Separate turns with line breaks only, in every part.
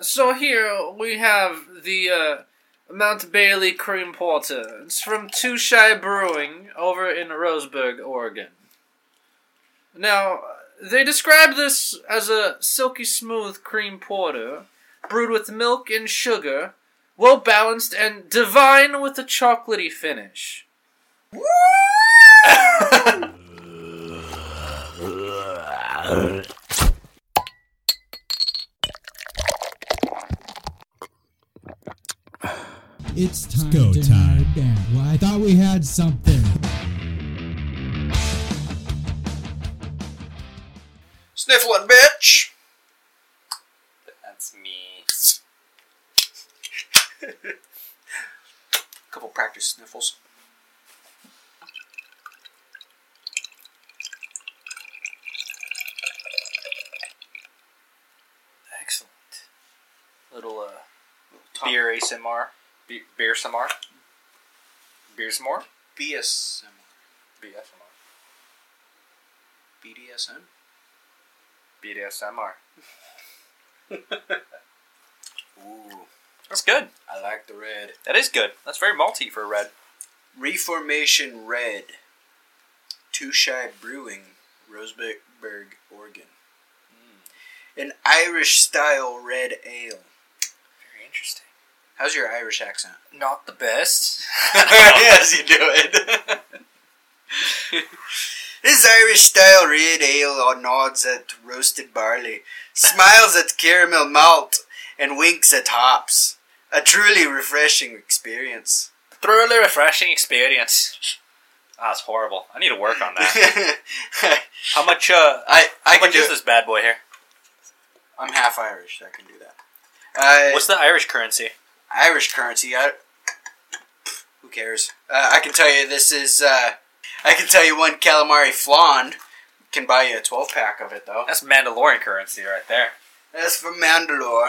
so here we have the uh, Mount Bailey Cream Porter. It's from Two Shy Brewing over in Roseburg, Oregon. Now, they describe this as a silky smooth cream porter brewed with milk and sugar, well balanced and divine with a chocolatey finish.
It's time
go
to
time.
narrow it down. Well, I thought we had something.
Sniffling bitch!
That's me.
Couple practice sniffles.
Excellent. Little uh,
Beer.
beer ASMR. Be- beer SMR. Beer SMR.
BSM.
BSMR.
BDSM?
BDSMR.
Ooh.
That's good.
I like the red.
That is good. That's very malty for a red.
Reformation Red. Two Shy Brewing, Roseburg, Oregon. An Irish style red ale.
Very interesting.
How's your Irish accent?
Not the best.
yes, you do it. this Irish style red ale nods at roasted barley, smiles at caramel malt, and winks at hops. A truly refreshing experience.
Thoroughly refreshing experience. Ah, that's horrible. I need to work on that.
I,
How much? Uh,
I
how
can
much
do
is
it.
this bad boy here?
I'm half Irish. I can do that. Uh,
What's the Irish currency?
Irish currency. I, who cares? Uh, I can tell you this is. Uh, I can tell you one calamari flan can buy you a twelve pack of it though.
That's Mandalorian currency right there.
That's from Mandalore.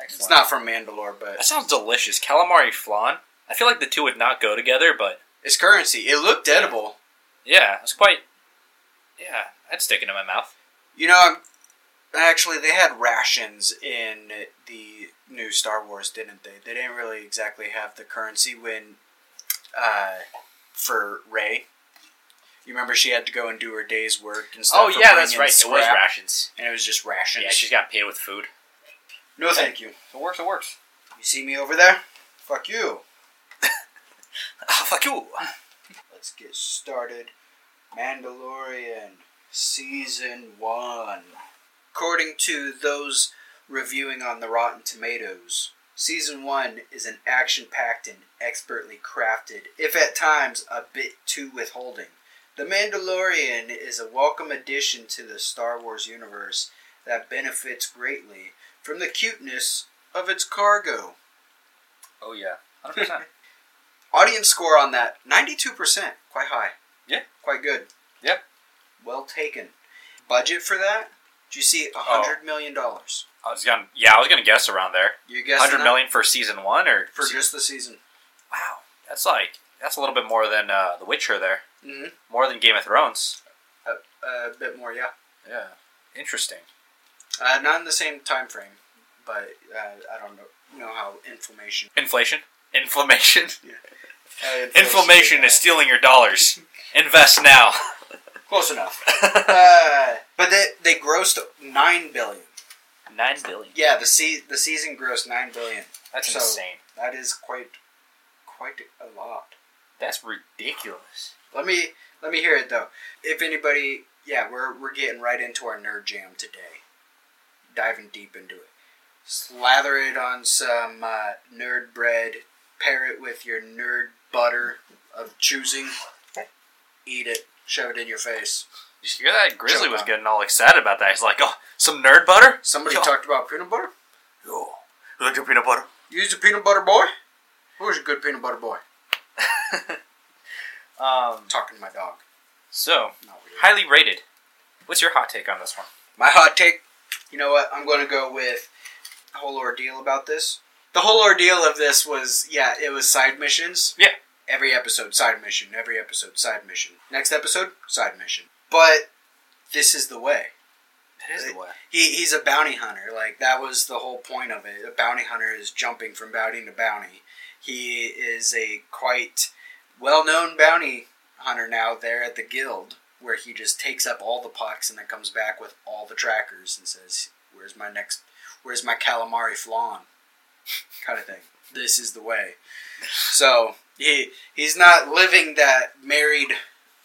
Excellent.
It's not from Mandalore,
That
but
sounds delicious. Calamari flan. I feel like the two would not go together, but
it's currency. It looked edible.
yeah, it's quite. Yeah, I'd stick it in my mouth.
You know, I'm- actually, they had rations in the new Star Wars, didn't they? They didn't really exactly have the currency when, uh, for Rey. You remember she had to go and do her day's work and
Oh,
stuff. for bringing
It was
scrap,
rations.
And it was just rations.
Yeah, she's got paid with food.
no, thank you.
It works. It works.
You see me over there? Fuck you.
Oh, fuck you.
Let's get started. Mandalorian season one. According to those reviewing on the Rotten Tomatoes, season one is an action packed and expertly crafted, if at times a bit too withholding. The Mandalorian is a welcome addition to the Star Wars universe that benefits greatly from the cuteness of its cargo.
Oh yeah, hundred percent.
Audience score on that 92%, quite high.
Yeah.
Quite good.
Yeah.
Well taken. Budget for that? Do you see
Oh.
a hundred million dollars?
I was gonna. Yeah, I was gonna guess around there.
You guessing
Hundred
that?
million for season one, or
for just the season.
wow. That's like that's a little bit more than uh, The Witcher. There,
Mhm.
more than Game of Thrones.
A bit more, yeah.
Yeah, interesting.
Uh, not in the same time frame, but uh, I don't know, know how inflammation.
Inflation. Inflammation.
uh,
Inflammation is stealing your dollars. Invest now.
close enough. uh, but they they grossed nine billion.
Nine billion.
Yeah, the se- the season grossed nine billion.
That's
So-
insane.
That is quite quite a lot.
That's ridiculous.
Let me let me hear it though. If anybody, yeah, we're we're getting right into our nerd jam today, diving deep into it. Slather it on some uh, nerd bread. Pair it with your nerd butter of choosing. Eat it. Shove it in your face.
Did you hear that? Grizzly
Joke
was
on.
getting all excited about that. He's like, "Oh, some nerd butter."
Somebody
Yo.
talked about peanut butter.
Yo, who likes your peanut butter?
Use a peanut butter boy. Who's a good peanut butter boy?
Um.
Talking to my dog.
So
Not really.
highly rated. What's your hot take on this one?
My hot take, you know what? I'm going to go with the whole ordeal about this. The whole ordeal of this was, yeah, it was side missions.
Yeah.
Every episode, side mission. Every episode, side mission. Next episode, side mission. But this is the way.
That is the way.
He, he's a bounty hunter. Like that was the whole point of it. A bounty hunter is jumping from bounty to bounty. He is a quite well-known bounty hunter now there at the guild, where he just takes up all the pucks and then comes back with all the trackers and says, "Where's my next? Where's my calamari flan?" kind of thing. This is the way. So he he's not living that married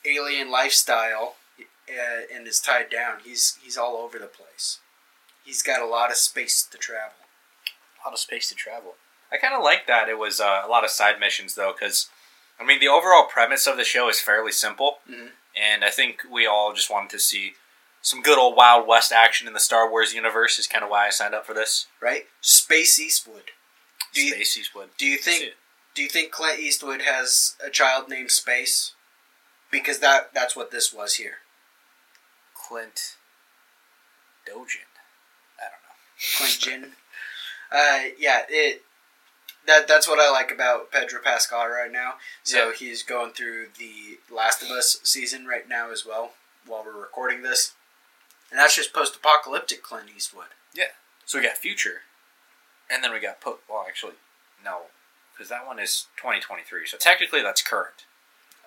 alien lifestyle uh, and is tied down. He's he's all over the place. He's got a lot of space to travel.
A lot of space to travel. I kind of like that it was uh, a lot of side missions though, because I mean the overall premise of the show is fairly simple,
Mhm.
and I think we all just wanted to see some good old Wild West action in the Star Wars universe. Is kind of why I signed up for this.
Right? Space Eastwood. Do you-
Space Eastwood.
Do you think
That's it.
Do you think Clint Eastwood has a child named Space? Because that that's what this was here.
Clint Dojin? I don't know.
Clint Jin. Uh, yeah, it. That that's what I like about Pedro Pascal right now. So
Yeah.
he's going through the Last of Us season right now as well, while we're recording this, and that's just post-apocalyptic Clint Eastwood.
So we got Future, and then we got po- well, actually, no, because that one is 2023. So technically, that's current.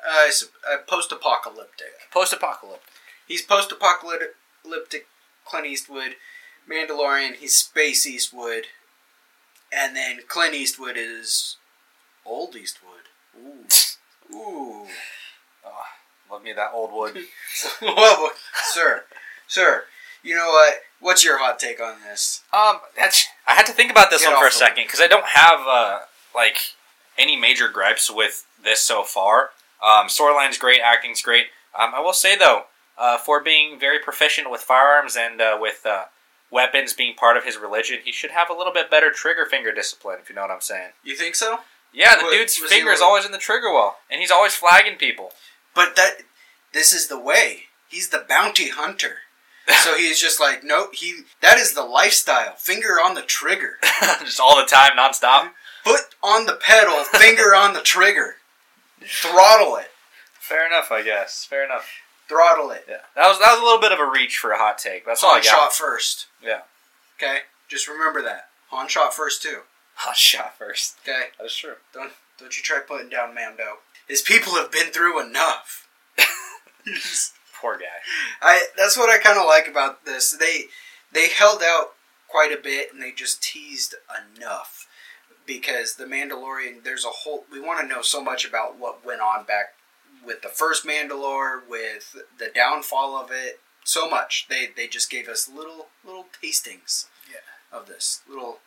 Uh, it's, uh, post-apocalyptic.
Post-apocalypse.
He's post-apocalyptic Clint Eastwood, Mandalorian. He's space Eastwood, and then Clint Eastwood is old Eastwood. Ooh, ooh.
Love me that old wood.
Whoa, whoa, sir, sir. You know what? What's your hot take on this?
Um, that's. I had to think about this
Get
one for a
off the
second because I don't have uh like any major gripes with this so far. Um, storyline's great, acting's great. Um, I will say though, uh, for being very proficient with firearms and uh, with uh, weapons being part of his religion, he should have a little bit better trigger finger discipline. If you know what I'm saying.
You think so?
Yeah, the
What-
dude's
was he
finger is
like-
always in the trigger well, and he's always flagging people.
But that this is the way. He's the bounty hunter. So he's just like, nope. He that is the lifestyle. Finger on the trigger.
Just all the time, nonstop.
Foot on the pedal. Finger on the trigger. Throttle it.
Fair enough, I guess. Fair enough.
Throttle it.
Yeah, that was that was a little bit of a reach for a hot take. That's all I
Han
got.
shot first.
Yeah.
Okay. Just remember that. Han shot first too.
Hot shot first.
Okay.
That's true.
Don't don't you try putting down Mando. His people have been through enough.
Poor guy.
I that's what I kind of like about this. They they held out quite a bit and they just teased enough because the Mandalorian. There's a whole. We want to know so much about what went on back with the first Mandalore, with the downfall of it. So much. They they just gave us little little tastings.
Yeah.
Of this little.
Little-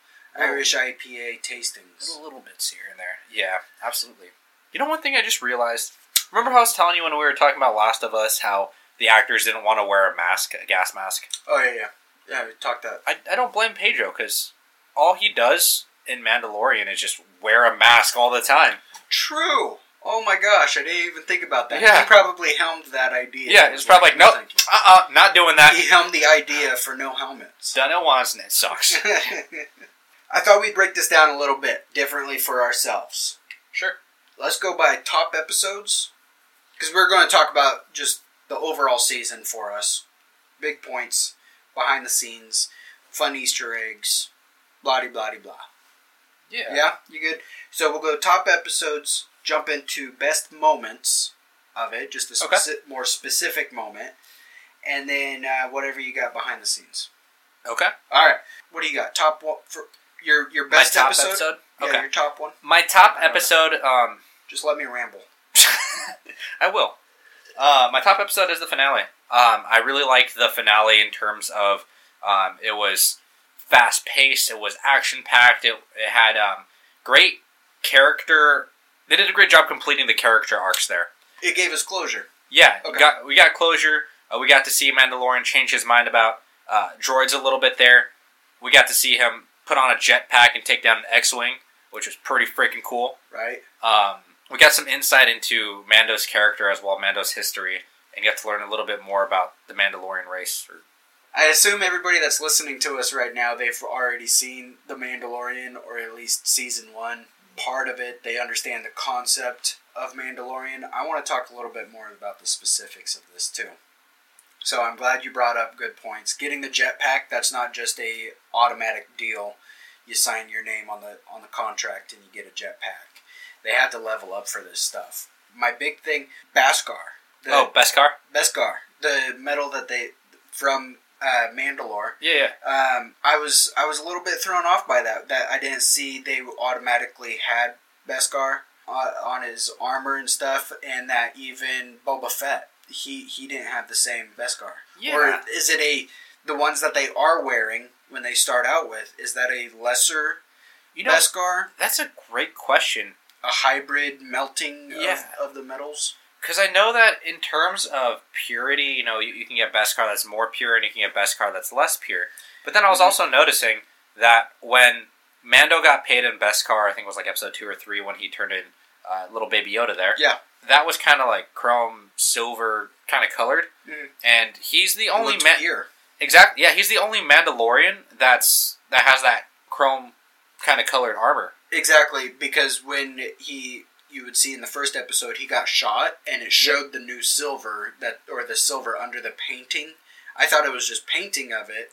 Irish IPA tastings.
Little, little bits here and there. Yeah, absolutely. You know, one thing I just realized. Remember how I was telling you when we were talking about Last of Us how the actors didn't want to wear a mask, a gas mask.
Oh yeah, yeah, yeah. We talked that.
I, I don't blame Pedro because all he does in Mandalorian is just wear a mask all the time.
True. Oh my gosh, I didn't even think about that.
Yeah.
He probably helmed that idea.
Yeah, it's probably like nope,
Thank you.
uh, uh not doing that.
he helmed the idea for no helmets.
Dunno wants and it sucks.
I thought we'd break this down a little bit differently for ourselves.
sure.
Let's go by top episodes because we're going to talk about just the overall season for us. Big points, behind the scenes, fun Easter eggs, blah de blah de blah. Yeah. you good? So we'll go top episodes, jump into best moments of it, just a
Okay.
speci- more specific moment, and then uh, whatever you got behind the scenes.
Okay.
All right. What do you got? Top one for your your best
My top
episode? Yeah,
Okay.
your top one.
My top
I don't know.
episode. Um,
Just let me ramble.
I will. Uh, my top episode is the finale. Um, I really liked the finale in terms of um, it was fast paced, it was action packed, it, it had um, great character. They did a great job completing the character arcs there.
It gave us closure.
Yeah, we
Okay.
got we got closure. Uh, we got to see Mandalorian change his mind about uh, droids a little bit there. We got to see him put on a jetpack and take down an X-wing, which was pretty freaking cool.
Right.
Um, we got some insight into Mando's character as well, Mando's history, and you got to learn a little bit more about the Mandalorian race. Or,
I assume everybody that's listening to us right now, they've already seen The Mandalorian, or at least season one part of it. They understand the concept of Mandalorian. I want to talk a little bit more about the specifics of this too. So I'm glad you brought up good points. Getting the jetpack, that's not just a automatic deal. You sign your name on the on the contract and you get a jetpack. They had to level up for this stuff. My big thing, Baskar. The
oh, best car.
Beskar, the metal that they from uh, Mandalore.
Yeah, yeah.
Um, I was I was a little bit thrown off by that. That I didn't see they automatically had Beskar uh, on his armor and stuff, and that even Boba Fett he he didn't have the same Beskar. Or
Yeah.
is it a the ones that they are wearing when they start out with? Is that a lesser
You know,
Beskar,
that's a great question.
a hybrid melting
Yeah.
of, of the metals?
Because I know that in terms of purity, you know, you, you can get best car that's more pure and you can get best car that's less pure. But then I was
Mhm.
also noticing that when Mando got paid in best car, I think it was like episode two or three when he turned in uh, little baby Yoda there.
Yeah.
That was kind of like chrome, silver, kind of colored.
Mhm.
And he's the only
Looked
man.
here.
Exactly. Yeah, he's the only Mandalorian that's that has that chrome kind of colored armor.
Exactly, because when he you would see in the first episode he got shot and it showed the new silver that or the silver under the painting. I thought it was just painting of it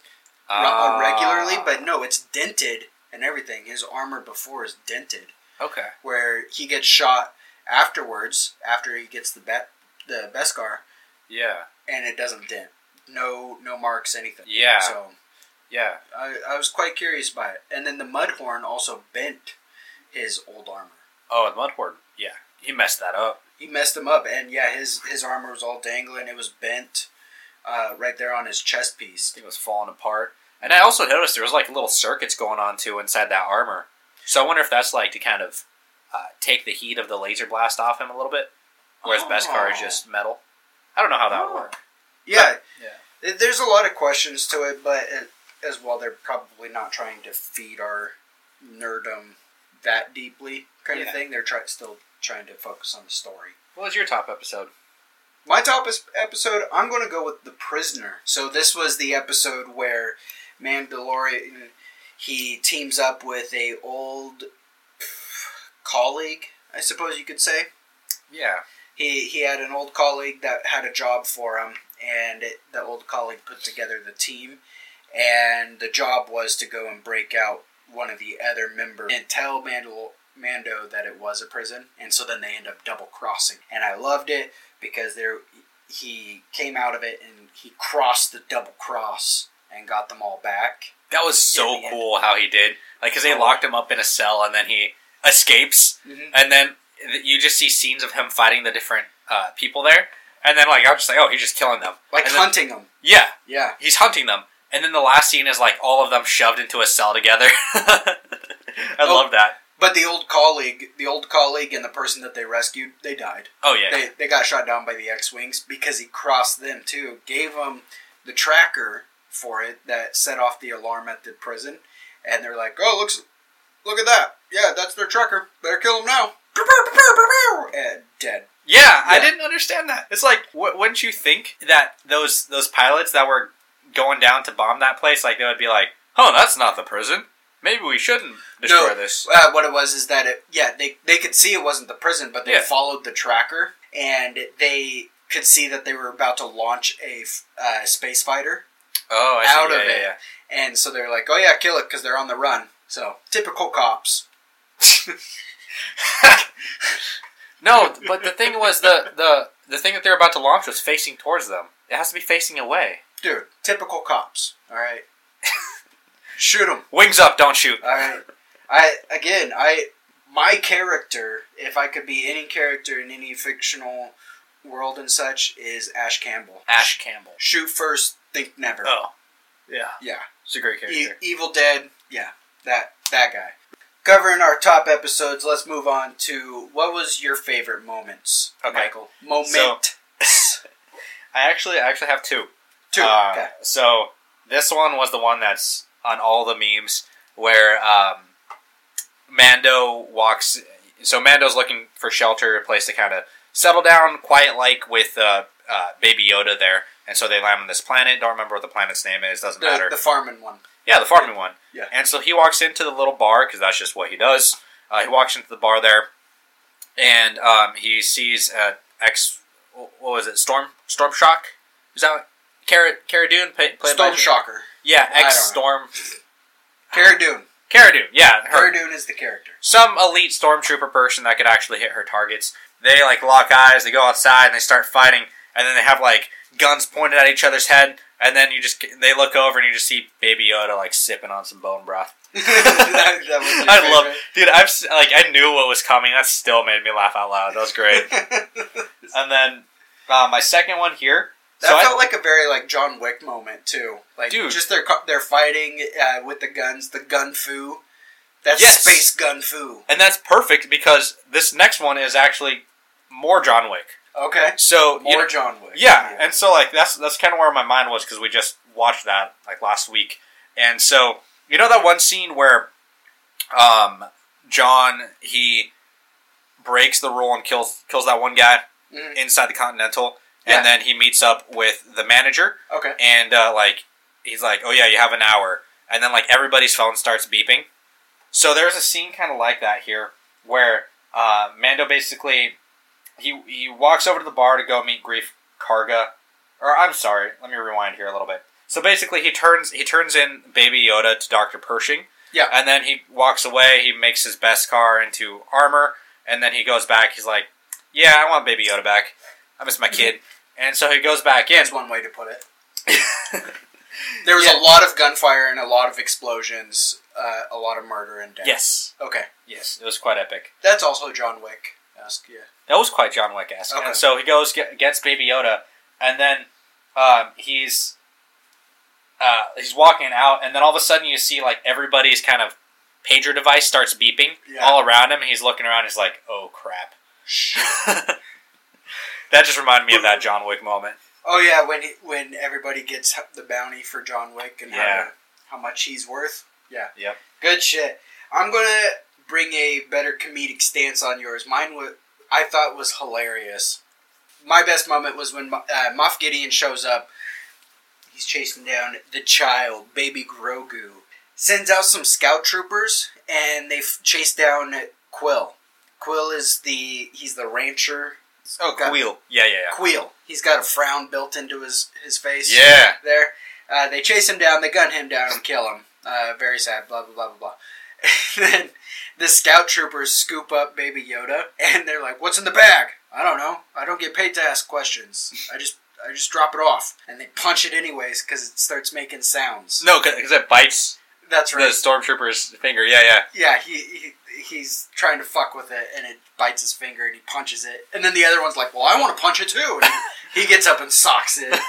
Ah.
uh, regularly, but no, it's dented and everything. His armor before is dented
okay.
where he gets shot afterwards after he gets the bet the Beskar
Yeah.
and it doesn't dent. No no marks anything.
Yeah.
So
yeah.
I, I was quite curious by it. And then the Mudhorn also bent his old armor.
Oh, and Mudhorn. Yeah, he messed that up.
he messed him up, and yeah, his his armor was all dangling. It was bent, uh, right there on his chest piece.
It was falling apart. And I also noticed there was like little circuits going on too inside that armor. So I wonder if that's like to kind of uh, take the heat of the laser blast off him a little bit, whereas Beskar is
Oh.
just metal. I don't know how that would
Oh.
work.
Yeah,
Yeah.
Th- There's a lot of questions to it, but it, as well, they're probably not trying to feed our nerdum that deeply, kind
Yeah.
of thing. They're try- still trying to focus on the story.
What was your top episode?
My top es- episode, I'm going to go with The Prisoner. So this was the episode where Mandalorian he teams up with a old colleague, I suppose you could say.
Yeah.
He he had an old colleague that had a job for him and it, the old colleague put together the team and the job was to go and break out one of the other members and tell Mandal- Mando that it was a prison, and so then they end up double crossing. And I loved it because there he came out of it and he crossed the double cross and got them all back.
That was so
In the end.
cool how he did. Like, because they
Oh.
locked him up in a cell and then he escapes.
Mhm.
And then th- you just see scenes of him fighting the different uh, people there. And then, like, I was just like, oh, he's just killing them.
Like
And then-
hunting them.
Yeah.
Yeah.
he's hunting them, and then the last scene is like all of them shoved into a cell together. I
Oh.
love that.
But the old colleague, the old colleague and the person that they rescued, they died.
Oh yeah,
they, they got shot down by the X-wings because he crossed them too. Gave them the tracker for it that set off the alarm at the prison, and they're like, "Oh, looks, look at that! Yeah, that's their tracker. Better kill him now." And dead.
yeah, I
Yeah.
didn't understand that. It's like, w- wouldn't you think that those those pilots that were going down to bomb that place, like they would be like, oh, that's not the prison. Maybe we shouldn't destroy
No.
this.
Uh, what it was is that it, yeah, they they could see it wasn't the prison, but they
Yeah.
followed the tracker and they could see that they were about to launch a f- uh, space fighter,
Oh, I see.
out
yeah,
of
yeah,
it.
yeah.
and so they're like, "Oh yeah, kill it," because they're on the run. So typical cops.
No, but the thing was the the the thing that they're about to launch was facing towards them. It has to be facing away.
Dude, typical cops. All right. Shoot them.
Wings up, don't shoot.
All right. I again, I my character, if I could be any character in any fictional world and such, is Ash Campbell.
Ash Campbell.
Shoot first, think never.
Oh, yeah,
Yeah.
it's a great
E-
character.
Evil Dead. Yeah. That that guy. Covering our top episodes, let's move on to what was your favorite moments,
Okay.
Michael? Moment
I actually I actually have two.
two.
Uh,
okay.
So this one was the one that's on all the memes where um, Mando walks. So Mando's looking for shelter, a place to kind of settle down, quiet like with uh, uh, Baby Yoda there. And so they land on this planet. Don't remember what the planet's name is. Doesn't
The,
matter.
the farming one.
yeah, the farming one.
Yeah.
And so he walks into the little bar because that's just what he does. Uh, he walks into the bar there, and um, he sees uh, ex. What was it? Storm Storm Shock. Is that what Cara, Cara Dune play, played by
Storm Shocker.
Yeah,
I don't know.
ex Storm.
Cara Dune.
Cara Dune. Yeah, her.
Cara Dune is the character.
Some elite stormtrooper person that could actually hit her targets. They like lock eyes. They go outside and they start fighting, and then they have like guns pointed at each other's head. And then you just they look over and you just see Baby Yoda like sipping on some bone broth.
That- that was your
I love,
favorite.
dude. I've s- like I knew what was coming. That still made me laugh out loud. That was great. and then uh, my second one here.
That
so I-
felt like a very like John Wick moment too. Like
Dude.
just their co- their fighting uh, with the guns, the gun foo. That's
Yes.
space gun foo.
and that's perfect because this next one is actually more John Wick.
Okay.
So you
Or
know-
John Wick.
yeah, and so like that's that's kind of where my mind was because we just watched that like last week, and so you know that one scene where, um, John he breaks the rule and kills kills that one guy
Mhm.
inside the Continental,
Yeah.
and then he meets up with the manager,
Okay.
and uh, like he's like, "Oh yeah, you have an hour," and then like everybody's phone starts beeping. So there's a scene kind of like that here, where uh, Mando basically he he walks over to the bar to go meet Grief Karga, or I'm sorry, let me rewind here a little bit. So basically, he turns he turns in Baby Yoda to Doctor Pershing.
Yeah.
and then he walks away. He makes his best car into armor, and then he goes back. He's like, "Yeah, I want Baby Yoda back. I miss my kid." And so he goes back in.
That's one way to put it. There was
Yeah.
a lot of gunfire and a lot of explosions, uh, a lot of murder and death.
Yes.
Okay.
Yes, it was quite epic.
That's also John Wick. Ask yeah.
That was quite John Wick esque.
Okay.
And so he goes get, gets Baby Yoda, and then um, he's uh, he's walking out, and then all of a sudden you see like everybody's kind of pager device starts beeping
Yeah.
all around him. And he's looking around. He's like, "Oh crap!" that just reminded me of that John Wick moment.
Oh yeah, when he, when everybody gets h- the bounty for John Wick and
Yeah.
how, how much he's worth. Yeah.
Yep.
Good shit. I'm gonna bring a better comedic stance on yours. Mine was I thought was hilarious. My best moment was when Mo- uh, Moff Gideon shows up. He's chasing down the child, baby Grogu. Sends out some scout troopers, and they f- chase down Quill. Quill is the he's the rancher.
Oh,
God.
Quill. Yeah, yeah,
Quill. He's got a frown built into his his face
yeah. Yeah.
there. Uh, they chase him down, they gun him down, and kill him. Uh, very sad, blah, blah, blah, blah, blah. And then the scout troopers scoop up Baby Yoda, and they're like, What's in the bag? I don't know. I don't get paid to ask questions. I just. I just drop it off, and they punch it anyways because it starts making sounds.
No, because it bites
That's
the
right.
stormtrooper's finger. Yeah, yeah.
Yeah, he, he he's trying to fuck with it, and it bites his finger, and he punches it. And then the other one's like, "Well, I want to punch it too." And he, he gets up and socks it.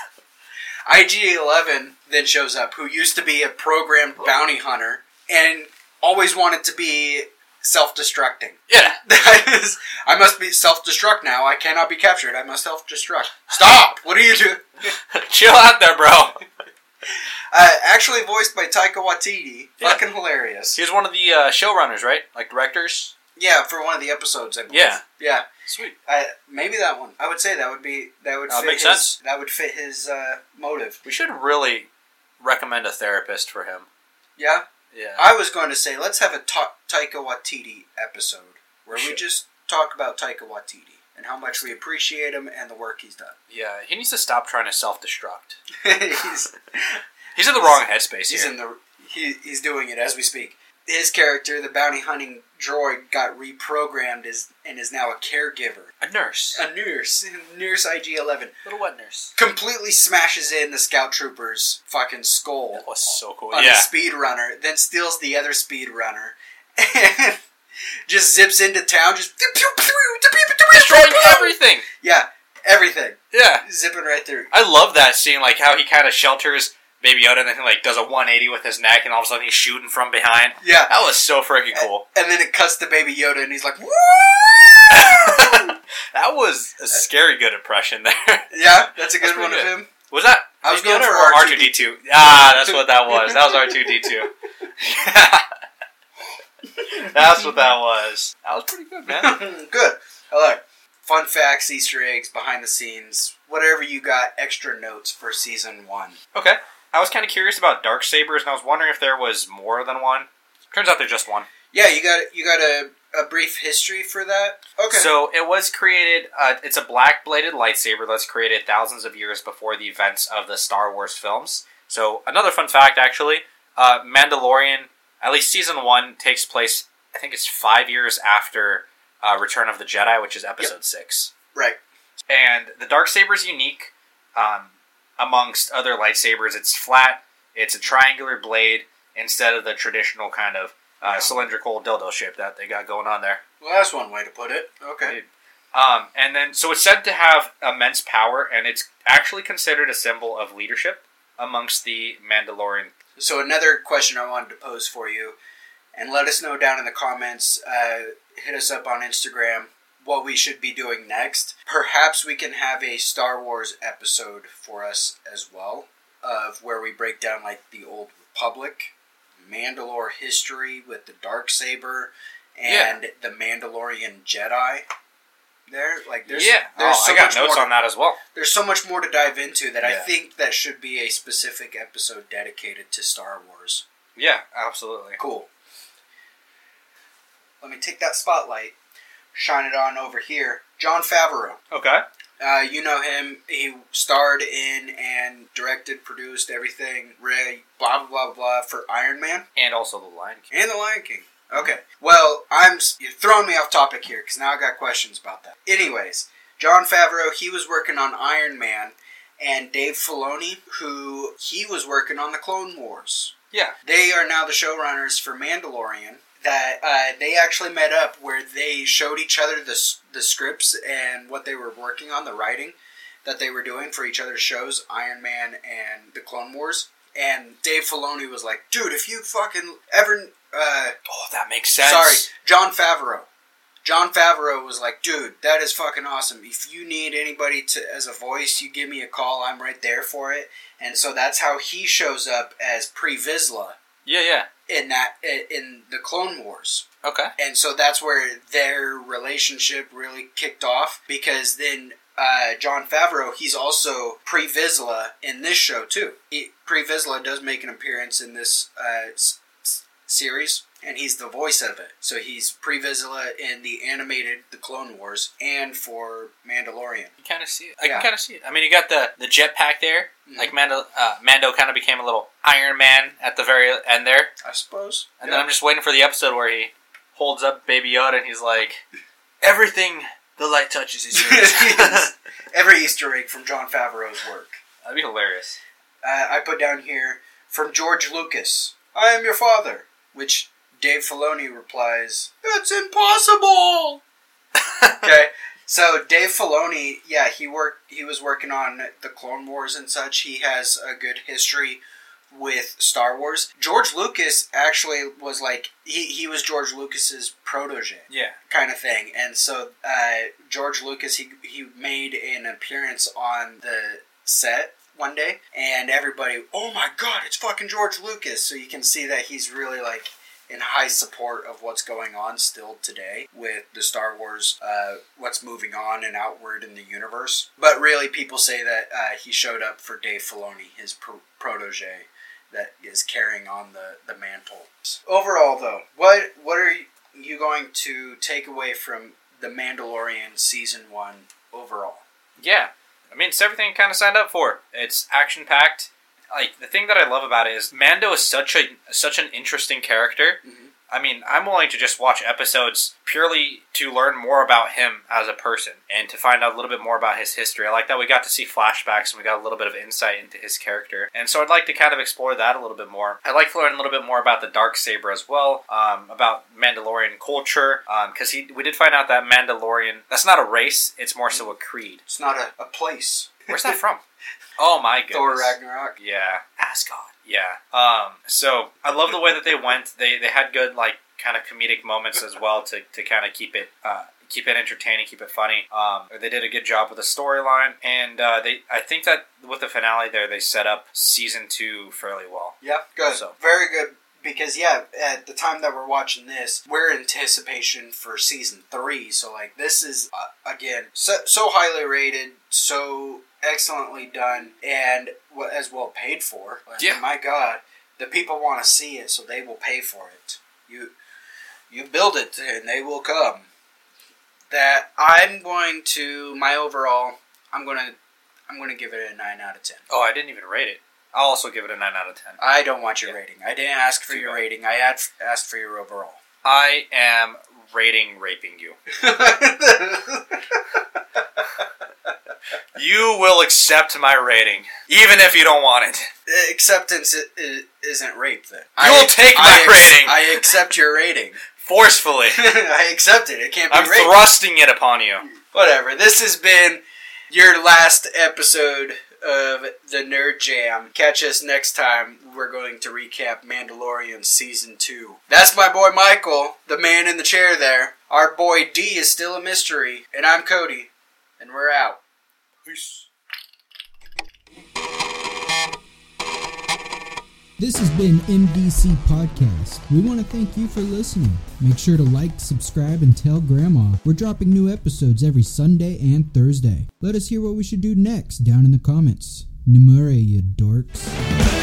IG Eleven then shows up, who used to be a programmed bounty hunter and always wanted to be self-destructing.
Yeah.
That is, I must be self-destruct now. I cannot be captured. I must self-destruct. Stop! What are you doing?
Chill out there, bro.
Uh, actually, voiced by Taika Waititi.
Yeah.
Fucking hilarious.
He was one of the uh, showrunners, right? Like directors.
Yeah, for one of the episodes, I believe.
Yeah.
Yeah.
Sweet.
I, maybe that one. I would say that would be that would
That
fit
makes
his,
sense.
That would fit his uh, motive.
We should really recommend a therapist for him.
Yeah,
Yeah.
I was going to say let's have a ta- Taika Waititi episode where we
Sure.
just talk about Taika Waititi and how much we appreciate him and the work he's done.
Yeah. He needs to stop trying to self destruct.
he's
He's in the wrong headspace
he's
here.
in the he, he's doing it as we speak. His character, the bounty hunting droid, got reprogrammed as and is now a caregiver,
a nurse.
a nurse, nurse IG Eleven.
little wet nurse.
Completely smashes in the scout trooper's fucking skull.
That was so cool.
on
yeah.
the speedrunner, then steals the other speedrunner, and just zips into town, just
Destroying everything.
Yeah, everything.
Yeah.
Zipping right through.
I love that scene, like how he kind of shelters Baby Yoda and then he like does a 180 with his neck and all of a sudden he's shooting from behind.
Yeah.
That was so freaking cool.
And then it cuts to Baby Yoda, and he's like, "Woo!"
that was a scary good impression there.
Yeah, that's
That's
a good
pretty
one
good.
of him.
Was that
I was
Baby
going
Yoda
for
or
R2D2.
R2D2? Ah, that's what that was. That was R2D2. that's what that was. That was pretty good, man.
good. I like it. Fun facts, Easter eggs, behind the scenes, whatever you got, extra notes for season one.
Okay. I was kind of curious about dark sabers, and I was wondering if there was more than one. Turns out there's just one.
Yeah, you got you got a a brief history for that? Okay.
So it was created. Uh, it's a black bladed lightsaber that's created thousands of years before the events of the Star Wars films. So another fun fact, actually, uh, Mandalorian, at least season one, takes place. I think it's five years after uh, Return of the Jedi, which is Episode six.
right.
And the dark saber is unique um, amongst other lightsabers. It's flat. It's a triangular blade instead of the traditional kind of uh,
Yeah.
cylindrical dildo shape that they got going on there.
Well, that's one way to put it. Okay.
Um, and then, so it's said to have immense power, and it's actually considered a symbol of leadership amongst the Mandalorian.
So another question I wanted to pose for you, and let us know down in the comments. Uh, hit us up on Instagram. What we should be doing next? Perhaps we can have a Star Wars episode for us as well, of where we break down like the Old Republic, Mandalore history with the dark saber, and the Mandalorian Jedi. There, like there's there's
oh,
so
I got
much
notes
more
on that as well.
there's so much more to dive into that I
Yeah.
think that should be a specific episode dedicated to Star Wars.
Yeah, absolutely.
Cool. Let me take that spotlight, shine it on over here. John Favreau.
Okay.
Uh, you know him. He starred in and directed, produced everything. Ray, blah blah blah blah for Iron Man
And also the Lion King.
and the Lion King. Okay. Well, I'm s- you're throwing me off topic here because now I got questions about that. Anyways, John Favreau he was working on Iron Man, and Dave Filoni who he was working on the Clone Wars.
Yeah.
They are now the showrunners for Mandalorian. That uh, they actually met up where they showed each other the s- the scripts and what they were working on, the writing that they were doing for each other's shows, Iron Man and the Clone Wars. And Dave Filoni was like, "Dude, if you fucking ever uh,
Oh, that makes sense.
Sorry, John Favreau. John Favreau was like, dude, that is fucking awesome. If you need anybody to as a voice, you give me a call. I'm right there for it. And so that's how he shows up as Pre Vizsla
Yeah, yeah.
in that in the Clone Wars.
Okay.
And so that's where their relationship really kicked off because then uh, John Favreau, he's also Pre Vizsla in this show too. Pre Vizsla does make an appearance in this uh, s- s- series, and he's the voice of it. So he's Pre Vizsla in the animated The Clone Wars and for Mandalorian.
You kind of see it. I
Yeah.
can kind of see it. I mean, you got the, the jetpack there.
Mhm.
Like Mando, uh, Mando kind of became a little Iron Man at the very end there.
I suppose.
And then I'm just waiting for the episode where he holds up Baby Yoda and he's like, "Everything the light touches is yours." That'd
Every Easter egg from John Favreau's work.
be hilarious.
uh, I put down here from George Lucas. I am your father. Which Dave Filoni replies, "That's impossible." okay, so Dave Filoni, yeah, he worked. He was working on the Clone Wars and such. He has a good history with Star Wars. George Lucas actually was like he he was George Lucas's protege
Yeah.
kind of thing. And so uh, George Lucas he he made an appearance on the set one day, and everybody, oh my god, it's fucking George Lucas. So you can see that he's really like in high support of what's going on still today with the Star Wars, uh, what's moving on and outward in the universe. But really, people say that uh, he showed up for Dave Filoni, his pro- protege. That is carrying on the, the mantle. Overall, though, what what are you, you going to take away from the Mandalorian season one overall?
Yeah. I mean, it's everything you kind of signed up for. It's action packed. Like the thing that I love about it is Mando is such a such an interesting character.
Mhm.
I mean, I'm willing to just watch episodes purely to learn more about him as a person and to find out a little bit more about his history. I like that we got to see flashbacks and we got a little bit of insight into his character. And so I'd like to kind of explore that a little bit more. I'd like to learn a little bit more about the dark saber as well, um, about Mandalorian culture, because he we did find out that Mandalorian that's not a race; it's more so a creed.
It's not a, a place.
Where's that from? Oh my goodness.
Thor Ragnarok.
Yeah. Asgard. Yeah. Um, so I love the way that they went. They they had good like kind of comedic moments as well to, to kind of keep it uh, keep it entertaining, keep it funny. Um, they did a good job with the storyline, and uh, they I think that with the finale there they set up season two fairly well.
Yeah, good.
So-
Very good. Because yeah, at the time that we're watching this, we're in anticipation for season three. So like, this is uh, again so, so highly rated, so excellently done, and wa- as well paid for. Like,
Yeah.
My God, the people want to see it, so they will pay for it. You You build it, and they will come. That I'm going to my overall. I'm gonna I'm gonna give it a nine out of ten.
Oh, I didn't even rate it. I'll also give it a 9 out of 10.
I don't want your
Yeah.
rating. I didn't ask for
Too
your
bad.
rating. I ad- asked for your overall.
I am rating raping you. You will accept my rating, even if you don't want it.
Acceptance i- i- isn't rape then.
You will take my rating.
I accept your rating.
Forcefully.
I accept it. It can't be
I'm
rape.
thrusting it upon you.
Whatever. This has been your last episode of the Nerd Jam. Catch us next time. We're going to recap Mandalorian Season 2. That's my boy Michael, the man in the chair there. Our boy D is still a mystery. And I'm Cody. And we're out.
This has been MDC Podcast. We want to thank you for listening. Make sure to like, subscribe, and tell Grandma. We're dropping new episodes every Sunday and Thursday. Let us hear what we should do next down in the comments. Numere, you dorks.